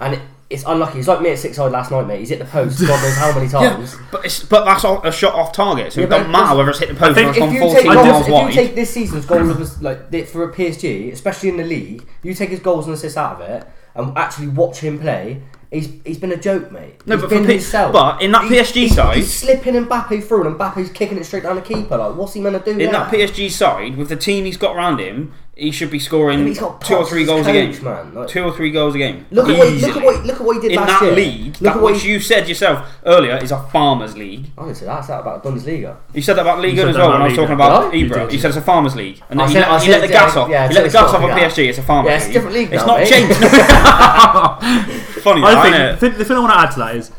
S8: and it, it's unlucky. He's like me at six side last night, mate. He's hit the post, God knows how many times.
S7: was- But, it's, but that's all- a shot off target, so
S8: Yeah,
S7: it
S8: but
S7: doesn't matter
S8: it's-
S7: whether it's hit the post
S4: think
S7: or it's gone
S8: If you,
S7: 14
S8: take
S7: miles
S8: goals, if
S7: wide.
S8: you take this season's goals of us- like th- for a PSG, especially in the league, you take his goals and assists out of it, and actually watch him play. He's he's been a joke, mate.
S7: No,
S8: He's
S7: but for
S8: been
S7: P-
S8: himself.
S7: but in that
S8: He-
S7: PSG
S8: he's,
S7: side-
S8: he's slipping Mbappe through, and Mbappe's kicking it straight down the keeper. Like, what's he meant to do?
S7: in
S8: there?
S7: that PSG side, with the team he's got around him, he should be
S8: Yeah,
S7: scoring
S8: but he's got
S7: two or
S8: Potts
S7: three
S8: as
S7: goals a
S8: coach,
S7: game.
S8: man. Like-
S7: two or three goals a game.
S8: Look at, what, look
S7: Easily.
S8: at what look at what he did
S7: in
S8: last
S7: that
S8: year.
S7: league,
S8: Look
S7: that
S8: at what
S7: which
S8: he,
S7: you said yourself earlier is a farmers league.
S8: I didn't say that. I said that about Bundesliga.
S7: You said that about Liga
S4: said
S7: as
S4: that
S7: well
S4: about
S7: when I was
S4: Liga.
S7: talking about
S8: Did
S4: I? You
S7: Ibra.
S4: did.
S7: You said it's a farmers league, and
S8: I
S7: then you
S8: said- I
S7: let, you let
S8: said-
S7: the gas
S8: yeah,
S7: off.
S8: yeah,
S7: you let the
S8: it's
S7: gas off
S8: different
S7: of
S8: league.
S7: PSG. It's a farmers
S8: Yeah, it's a
S7: league.
S8: different league
S7: It's
S8: now,
S7: not
S8: mate.
S7: changed. Funny, that,
S4: I
S7: innit?
S4: think th- the thing I want to add to that is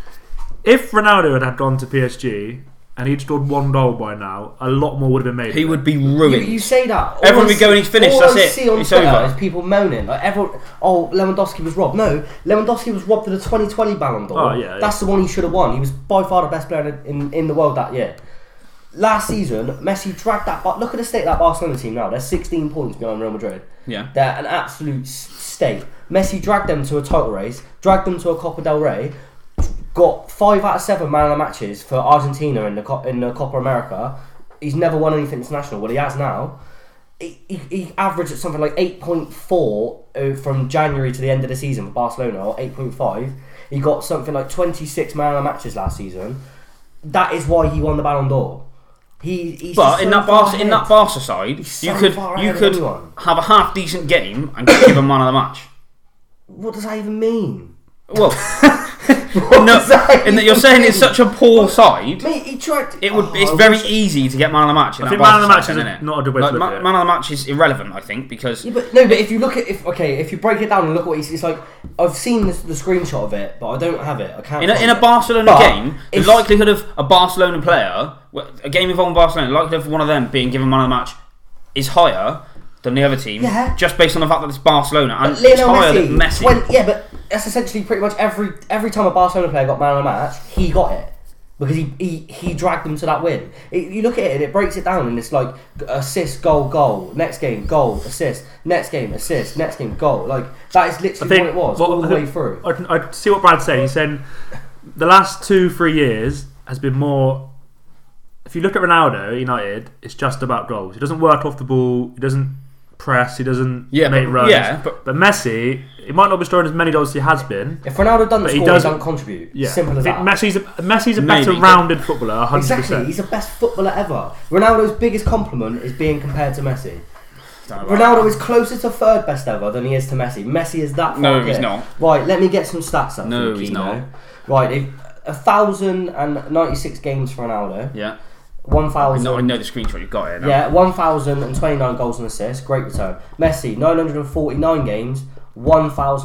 S4: if Ronaldo had, had gone to PSG and he'd scored one goal by now, a lot more would have been made.
S7: He would be
S8: You,
S7: ruined.
S8: you say that. All
S7: Everyone
S8: I
S7: would
S8: see-
S7: go and he's finished,
S8: All
S7: that's
S8: I
S7: it,
S8: see on
S7: it's
S8: Twitter
S7: over.
S8: is people moaning. Like everyone, oh Lewandowski was robbed. No, Lewandowski was robbed of the 2020 Ballon d'Or.
S4: Oh, yeah, yeah.
S8: That's the one he should have won. He was by far the best player in, in the world that year. Last season, Messi dragged that. But look at the state of that Barcelona team now. They're 16 points behind Real Madrid.
S7: Yeah.
S8: They're an absolute s- state. Messi dragged them to a title race, dragged them to a Copa del Rey, got five out of seven man of the matches for Argentina in the Co- in the Copa America. He's never won anything international. Well, he has now. He, he, he averaged at something like eight point four uh, from January to the end of the season for Barcelona, or eight point five. He got something like twenty six man of the matches last season. That is why he won the Ballon d'Or. He, he's
S7: But
S8: just
S7: in
S8: so
S7: that
S8: far
S7: Barca, in
S8: ahead.
S7: that Barca side,
S8: He's
S7: you
S8: so
S7: could
S8: far
S7: you
S8: ahead of
S7: could
S8: anyone.
S7: have a half decent game and give him man of the match.
S8: what does that even mean?
S7: Well, in
S8: does that
S7: that, in that you're
S8: even
S7: saying it's
S8: mean?
S7: such a poor side.
S8: Mate, he tried.
S7: It would.
S8: Oh,
S7: It's
S8: I
S7: very
S8: wish-
S7: easy to get man of the match. In
S4: I
S7: that
S4: think man of the
S7: Barca
S4: match
S7: side,
S4: is
S7: isn't it?
S4: not a good way to
S7: Like,
S4: look
S7: man,
S4: at it.
S7: man of the match is irrelevant, I think, because
S8: Yeah, but no, but if you look at if okay, if you break it down and look at what he's, it's like, I've seen this, the screenshot of it, but I don't have it. I can't.
S7: in a,
S8: find
S7: in a
S8: it.
S7: Barcelona
S8: But
S7: game, the
S8: if-
S7: likelihood of a Barcelona player, well, a game involving Barcelona, the likelihood of one of them being given man of the match is higher than the other team,
S8: Yeah.
S7: just based on the fact that it's Barcelona and
S8: But
S7: it's
S8: Lionel
S7: higher
S8: Messi,
S7: than Messi.
S8: 20 yeah, but that's essentially pretty much every every time a Barcelona player got man of the match, he got it because he he, he dragged them to that win. It, you look at it and it breaks it down, and it's like assist, goal, goal, next game, goal, assist, next game, assist, next game, goal. Like that is
S4: I
S8: literally
S4: think
S8: what it was
S4: what-
S8: all
S4: I
S8: the
S4: think-
S8: way through.
S4: I, can- I see what Brad's saying. He's saying the last two, three years has been more. If you look at Ronaldo at United, it's just about goals. He doesn't work off the ball. He doesn't press. He doesn't
S7: Yeah,
S4: make
S7: but-
S4: runs.
S7: yeah, but-
S4: Messi, he might not be scoring as many goals as he has been.
S8: If Ronaldo doesn't
S4: But he
S8: score, he
S4: does-
S8: doesn't contribute.
S4: Yeah,
S8: Simple as
S4: I think
S8: that.
S4: Messi's a, Messi's a
S7: Maybe,
S4: better
S7: but-
S4: rounded footballer, hundred
S8: Exactly, he's
S4: percent.
S8: the best footballer ever. Ronaldo's biggest compliment is being compared to Messi.
S7: Don't know about
S8: Ronaldo is closer to third best ever than he is to Messi. Messi is that. far
S7: No, he's
S8: clear.
S7: not.
S8: Right, let me get some stats up.
S7: No,
S8: for you,
S7: he's
S8: Kino.
S7: not.
S8: Right, if, a thousand and ninety-six games for Ronaldo.
S7: that. Yeah.
S8: One
S7: I
S8: thousand.
S7: know, I know the screenshot you've got it. now.
S8: Yeah, one thousand and twenty-nine goals and assists. Great return. Messi, nine hundred and forty-nine games.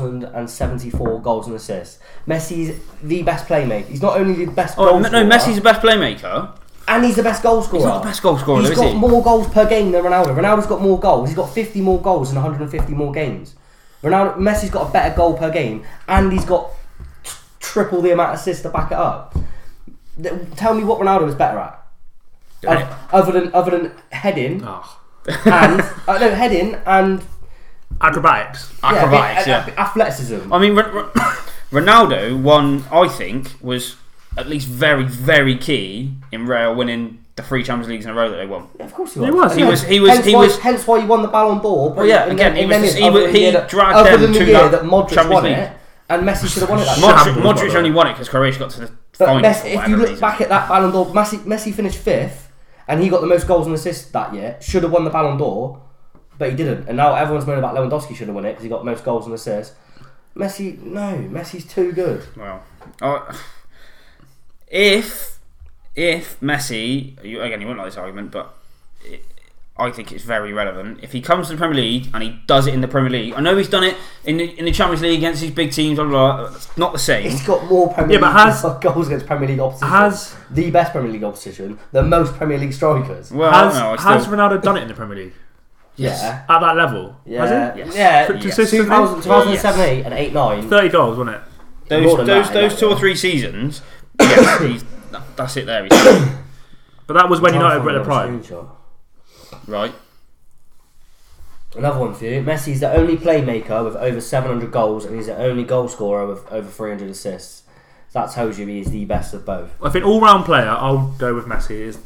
S8: 1,074 goals and assists. Messi's the best playmaker. He's not only the best.
S7: Oh,
S8: goal
S7: no,
S8: scorer,
S7: Messi's the best playmaker.
S8: and he's the best goal scorer.
S7: He's not the best goal scorer,
S8: He's
S7: though, is
S8: got
S7: he?
S8: more goals per game than Ronaldo. Ronaldo's got more goals. He's got 50 more goals in 150 more games. Ronaldo, Messi's got a better goal per game, and he's got t- triple the amount of assists to back it up. Th- Tell me what Ronaldo is better at,
S7: Doing
S8: Oth- other than other than heading
S4: Oh.
S8: and uh, no heading and
S4: Acrobatics.
S8: yeah,
S7: Acrobatics,
S8: a-
S7: yeah.
S8: a- athleticism.
S7: I mean, Ron- Ron- Ronaldo, one I think was at least very, very key in Real winning the three Champions Leagues in a row that they won.
S8: Of course he
S4: He
S8: was.
S4: was,
S8: And
S4: he
S8: then-
S7: was- he was-
S8: Hence
S7: he
S8: why,
S7: was-
S8: Hence why he won the Ballon d'Or. but-
S7: Well, yeah,
S8: and
S7: again,
S8: then-
S7: he
S8: and
S7: was
S8: then
S7: just-
S8: it's
S7: he
S8: other
S7: was-
S8: than
S7: he
S8: the year that-
S7: dragged
S8: other
S7: them
S8: than the
S7: to
S8: year
S7: that
S8: that Modric
S7: Champions
S8: won
S7: League.
S8: it, and Messi should have won it. That year.
S7: Modric,
S4: Shambles, by
S7: Modric
S4: the
S7: only
S4: way.
S7: won it because Croatia got to the
S8: But
S7: final.
S8: Messi,
S7: for
S8: if
S7: whatever
S8: you look
S7: reason.
S8: back at that Ballon d'Or, Messi, Messi finished fifth, and he got the most goals and assists that year. Should have won the Ballon d'Or, but he didn't. And now everyone's moaning about Lewandowski should have won it because he got the most goals and assists. Messi, no, Messi's too good.
S7: well, uh, if if Messi, you, again, you won't like this argument, but it, I think it's very relevant. If he comes to the Premier League and he does it in the Premier League, I know he's done it in the, in the Champions League against these big teams. Blah blah. blah it's not the same.
S8: He's got more Premier
S4: Yeah, but
S8: League
S4: has-
S8: goals against Premier League opposition.
S4: Has-
S8: the best Premier League opposition, the most Premier League strikers.
S7: Well,
S4: Has,
S7: Oh, no, I still,
S4: has Ronaldo done it in the Premier League
S8: Yeah.
S4: at that level?
S8: Yeah,
S4: Has he?
S7: Yes.
S8: yeah.
S4: Con- consistently?
S8: 2000, 2007,
S7: Yes.
S8: 8 and 8, 9.
S4: Thirty goals, wasn't it?
S8: More
S7: those
S8: than
S7: those,
S8: that,
S7: those
S8: yeah.
S7: two or three seasons, yes, he's, that- that's it there. He's
S4: But that was when
S8: I'm
S4: United
S8: trying
S4: were at
S8: to
S4: the
S8: find
S4: prime.
S8: another screenshot.
S7: Right.
S8: Another one for you. Messi's the only playmaker with over 700 goals, and he's the only goal scorer with over 300 assists. So that tells you he is the best of both.
S4: I think all round player, I'll go with Messi. Is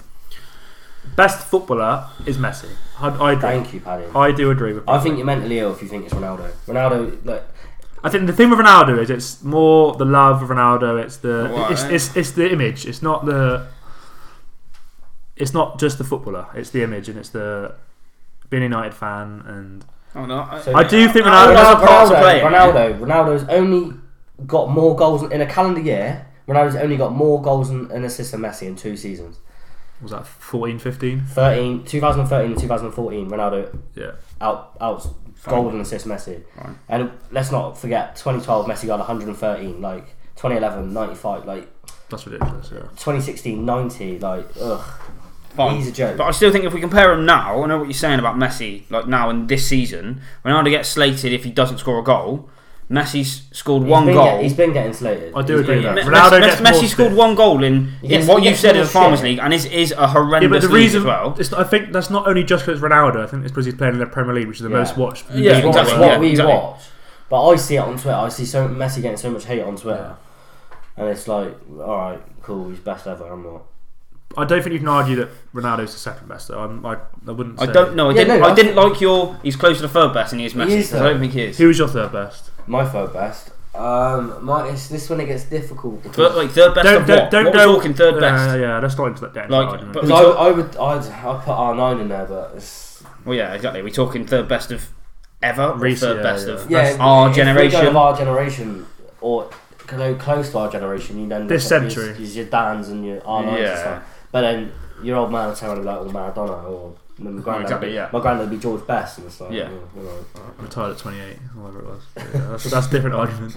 S4: best footballer is Messi. I, I agree.
S8: Thank you, Paddy.
S4: I do agree with.
S8: I think you're mentally ill if you think it's Ronaldo. Ronaldo, like,
S4: I think the thing with Ronaldo is it's more the love of Ronaldo. It's the
S7: Right.
S4: it's, it's it's the image. It's not the. It's not just the footballer. It's the image and it's the being a United fan and
S7: Oh no. I,
S8: So-
S4: I do think
S7: Ronaldo- Ronaldo's Oh,
S4: Ronaldo.
S7: a class
S8: Ronaldo,
S7: player.
S8: Ronaldo, Ronaldo's only got more goals in a calendar year. Ronaldo's only got more goals and, and assists than Messi in two seasons.
S4: Was that 14, 15?
S8: 13, 2013 and 2014, Ronaldo
S4: Yeah.
S8: out out goal and assist Messi.
S7: Fine.
S8: And let's not forget 2012 Messi got 113, like 2011 95, like
S4: That's ridiculous. Yeah.
S8: 2016 90, like ugh.
S7: Fine.
S8: He's a joke.
S7: But I still think if we compare him now, I know what you're saying about Messi, like now and this season, Ronaldo gets slated if he doesn't score a goal. Messi's scored
S8: He's
S7: one
S8: been
S7: goal.
S8: get- he's been getting slated.
S4: I do
S8: He's
S4: agree
S8: been
S4: with
S7: Me-
S4: that.
S8: getting-
S4: Ronaldo
S7: Messi,
S4: gets
S7: Messi
S4: more
S7: scored
S4: shit.
S7: one goal in,
S8: He gets-
S7: in what
S8: he
S7: you
S8: gets
S7: said
S8: more
S7: is the Farmers
S8: shit.
S7: League, and this is a
S4: Yeah,
S7: horrendous
S4: but the
S7: league
S4: reason
S7: as well.
S4: it's, I think that's not only just because Ronaldo. I think it's because he's playing in the Premier League, which is the
S8: Yeah.
S4: most watched.
S7: Yeah,
S4: league in the
S8: That's
S7: exactly,
S4: world.
S8: what
S7: yeah,
S8: we
S7: exactly.
S8: watch. But I see it on Twitter. I see so Messi getting so much hate on Twitter, and it's like, all right, cool, he's best ever. I'm not.
S4: I don't think you can argue that Ronaldo's the second best. Though I'm, I, I wouldn't.
S7: I
S4: say-
S7: don't know. I
S8: Yeah,
S7: didn't.
S8: no,
S7: I
S8: I-
S7: didn't like your. He's close to the third best, and he is Messi.
S8: is,
S7: so I
S8: though.
S7: don't think he is.
S4: Who was your third best?
S8: My third best. Um, my, it's this when it gets difficult
S7: Third,
S8: because
S7: like third best of what? what we're talking third best.
S4: Yeah, yeah, let's not into that.
S7: Like,
S4: argument.
S7: but-
S8: Because I, I would I'd, I'd put R nine in there, but it's,
S7: Well, yeah, exactly. We're talking third best of ever, or
S4: Recent,
S7: third
S4: yeah,
S7: best
S4: yeah.
S7: of
S8: yeah,
S7: our
S8: if we go
S7: generation.
S8: of our generation, or clo- close to our generation, you then
S4: This
S8: look at
S4: century.
S8: your, your Dan's and your R nines
S7: Yeah.
S8: and stuff. But then your old man will tell me about Maradona or my granddad.
S7: exactly,
S8: would be-
S7: yeah.
S8: My granddad would be George Best, and it's like,
S7: Yeah.
S8: yeah, you know.
S4: retired at 28, or whatever it was. Yeah, that's, that's a different argument.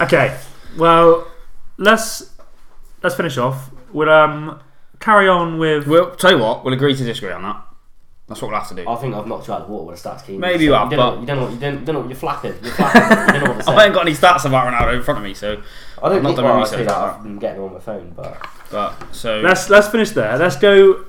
S4: okay, well, let's let's finish off. We'll um, carry on with.
S7: We'll tell you what. We'll agree to disagree on that. That's what we'll have to do.
S8: I think I've knocked you out of the water with stats, Keen.
S7: Maybe you have,
S8: don't know-
S7: but-
S8: you don't know. You don't, don't know. You're flapping. You're flapping. you don't know what to say.
S7: I haven't got any stats about Ronaldo in front of me, so.
S8: I don't
S7: I've not
S8: think
S7: done
S8: well,
S7: any
S8: I say
S7: research
S8: that.
S7: on
S8: I've been getting on my phone, but
S7: But so.
S4: Let's let's finish there. Let's go.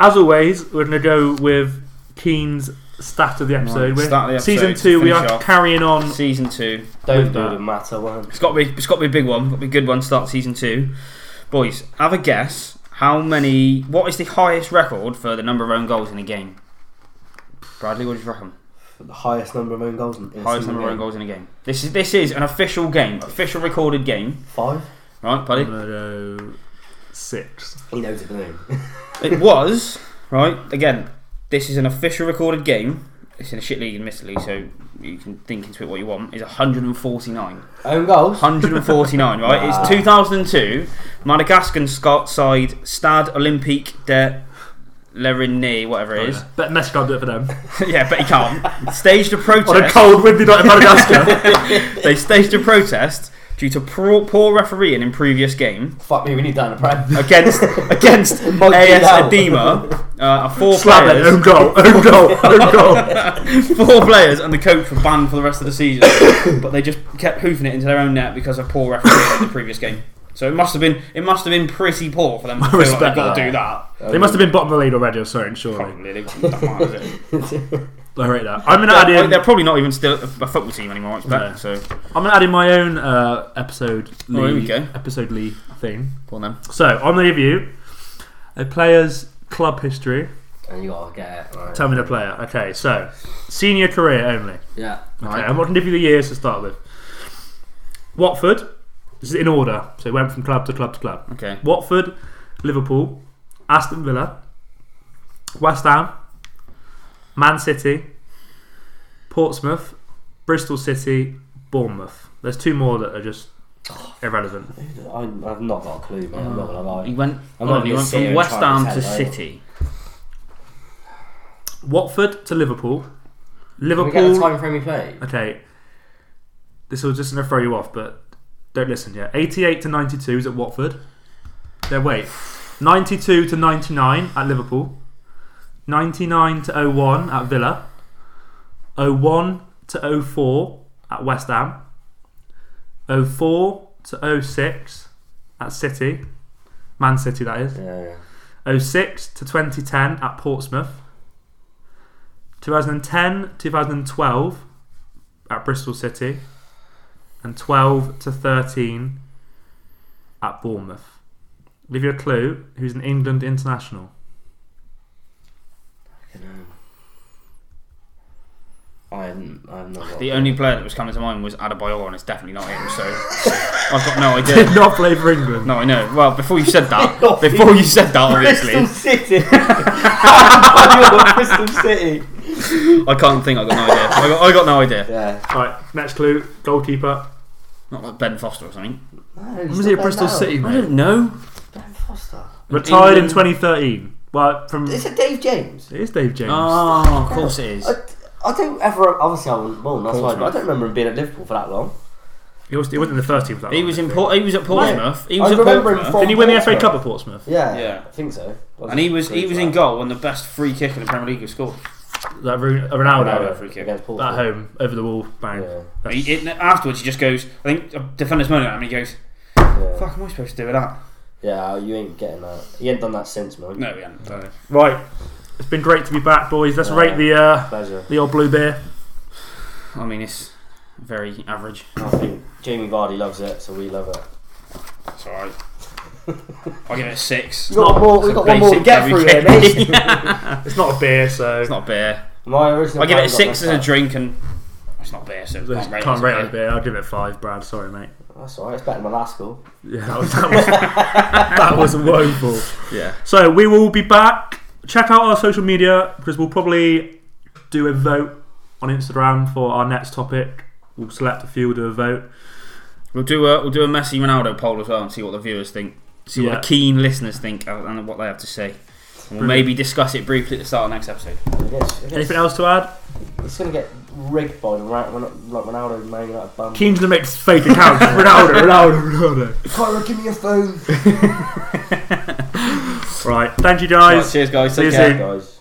S4: As always, we're gonna go with Keane's stat of the episode.
S7: Right,
S4: We're-
S7: stat of the
S4: season
S7: episode,
S4: two, we
S7: finish
S4: are
S7: off.
S4: carrying on.
S7: season two.
S8: don't
S4: With
S8: do
S4: that.
S8: the matter one.
S7: It's got to be. It's got to be a big one. Got to be a good one. to Start season two. Boys, have a guess. How many? What is the highest record for the number of own goals in a game? Bradley, what do you reckon?
S8: The highest number of own goals. In in a
S7: Highest
S8: single
S7: number of
S8: game.
S7: own goals in a game. This is this is an official game, official recorded game,
S8: Five.
S7: right, buddy?
S4: I'm gonna go six.
S8: He knows it, doesn't he?
S7: It was right again. This is an official recorded game. It's in a shit league in Mister League, so you can think into it what you want. It's 149.
S8: Own goals.
S7: 149, right?
S8: Wow.
S7: It's 2002. Madagascar Scot side Stade Olympique de Lerigny, whatever it is.
S4: But Messi can't do it for them.
S7: yeah, but he can't. Staged a
S4: On a
S7: protest.
S4: cold, windy night in Madagascar.
S7: they staged a protest due to poor, poor refereeing in previous game
S8: Fuck me, we need that in the prem.
S7: against against
S8: Monkey
S7: AS
S8: out.
S7: Edema. Uh, four
S4: Slab it.
S7: players.
S4: Own goal. Own goal. Own goal.
S7: four players and the coach were banned for the rest of the season, but they just kept hoofing it into their own net because of poor refereeing in the previous game. So it must have been it must have been pretty poor for them. To feel like
S4: respect
S7: they've got to
S8: that.
S7: do that.
S4: They must have been bottom of the league already or something. Surely.
S7: Probably, they wouldn't have minded it.
S4: I rate that. I'm gonna add
S7: they're,
S4: in.
S7: they're probably not even still a football team anymore. I expect.
S4: No.
S7: So
S4: I'm gonna add in my own uh, episode.
S7: Oh, here we
S4: league-
S7: go.
S4: Episode league thing.
S7: go on then.
S4: So on the review, a player's club history.
S8: and you gotta get it. Right.
S4: Tell me the player. Okay, so senior career only. Okay,
S8: Yeah.
S4: I'm going to give you the years to start with. Watford. This is in order, so it went from club to club to club.
S7: Okay.
S4: Watford, Liverpool, Aston Villa, West Ham, Man City, Portsmouth, Bristol City, Bournemouth. There's two more that are just irrelevant.
S8: I, I've not got a clue, man. I'm not gonna
S7: He
S8: lie.
S7: went.
S8: I'm not
S7: he
S8: gonna
S7: went
S8: sit here
S7: from
S8: and
S7: West
S8: try and
S7: Ham to
S8: pretend I am.
S7: City.
S4: Watford to Liverpool.
S8: Can we get
S4: Liverpool
S8: the time frame we play?
S4: Okay. This will just gonna throw you off, but don't listen yet. Eighty-eight to ninety-two is at Watford. Then wait, ninety-two to ninety-nine at Liverpool. Ninety-nine to 01 at Villa. 01 to 04 at West Ham. 04 to 06 at oh City. Man City, that is.
S8: Yeah.
S4: 06 to 2010 at Portsmouth. 2010 2012 at Bristol City. And 12 to 13 at Bournemouth. Give you a clue who's an England international.
S8: I haven't. I have not. got-
S7: The only player that was coming to mind was Adebayor, and it's definitely not him. So I've got no idea.
S4: Not play for England.
S7: No, I know. Well, before you said that, before you said that, obviously,
S8: Bristol City.
S5: Bristol City.
S7: I can't think. I got no idea. I got, I got no idea.
S8: yeah.
S4: Alright, next clue goalkeeper.
S7: Not like Ben Foster or something.
S4: Was he at Bristol City,
S7: I don't know.
S8: Ben Foster.
S4: Retired in
S7: England-
S4: 2013. Well, from.
S8: Is
S4: It
S8: it Dave James?
S4: is Dave James.
S7: Oh, of course it is.
S8: I, I don't ever. Obviously, I wasn't born. That's why.
S7: Portsmouth.
S8: But I don't remember him being at Liverpool for that long.
S4: He, was, he wasn't in the first team for that
S7: He
S4: long.
S7: was in Port. He was at Portsmouth. He
S8: I
S7: was at
S8: remember him
S7: Portsmouth.
S8: from
S4: Didn't he win the FA
S8: Portsmouth.
S4: Cup at Portsmouth?
S8: Yeah.
S7: Yeah.
S8: I think so.
S7: And he was he was in goal when the best free kick in the Premier League was scored.
S4: That Ru- uh, Ronaldo.
S7: free kick.
S8: Against Portsmouth.
S4: At home, over the wall, bang.
S8: Yeah.
S7: But He, it, afterwards, he just goes. I think a defender's moaning at him. and He goes,
S8: Yeah.
S7: "Fuck, am I supposed to do with that?"
S8: Yeah, you ain't getting that. You ain't done that since, man.
S7: No, we haven't. done it.
S4: Right, it's been great to be back, boys. Let's rate the uh,
S8: Pleasure.
S4: the old blue beer.
S7: I mean, it's very average.
S8: I think Jamie Vardy loves it, so we love it.
S7: It's alright. I give it a six.
S8: We've got, more, we've got one more to
S7: Basic
S8: get through here,
S7: WK.
S8: mate.
S4: It's not a beer, so
S7: It's not beer.
S8: My original
S7: I give it a
S8: plan got
S7: six as a
S8: messed
S7: drink, and it's not beer, so
S4: can't rate,
S7: can't rate it
S4: it
S7: as
S4: a
S7: beer.
S4: beer. I'll give it five, Brad. Sorry, mate.
S8: up. That's alright, it's better than my last goal.
S4: Yeah, that was that was, that was woeful.
S7: Yeah.
S4: So we will be back. Check out our social media because we'll probably do a vote on Instagram for our next topic. We'll select a few, we'll do a vote.
S7: We'll do a we'll do a Messi Ronaldo poll as well and see what the viewers think, see
S4: Yeah.
S7: what the keen listeners think uh, and what they have to say. And we'll
S4: Brilliant.
S7: maybe discuss it briefly at the start of next episode.
S8: It gets, it gets,
S4: Anything else to add?
S8: it's going to get rigged by the Ra- Ron- like Ronaldo man out of bum.
S4: Keen's gonna make fake accounts. Ronaldo, Ronaldo, Ronaldo.
S8: Kyra, give me your phone.
S4: Right, thank you guys.
S7: Right, cheers, guys.
S4: See
S7: Take
S4: you
S7: care.
S4: soon.
S8: Guys.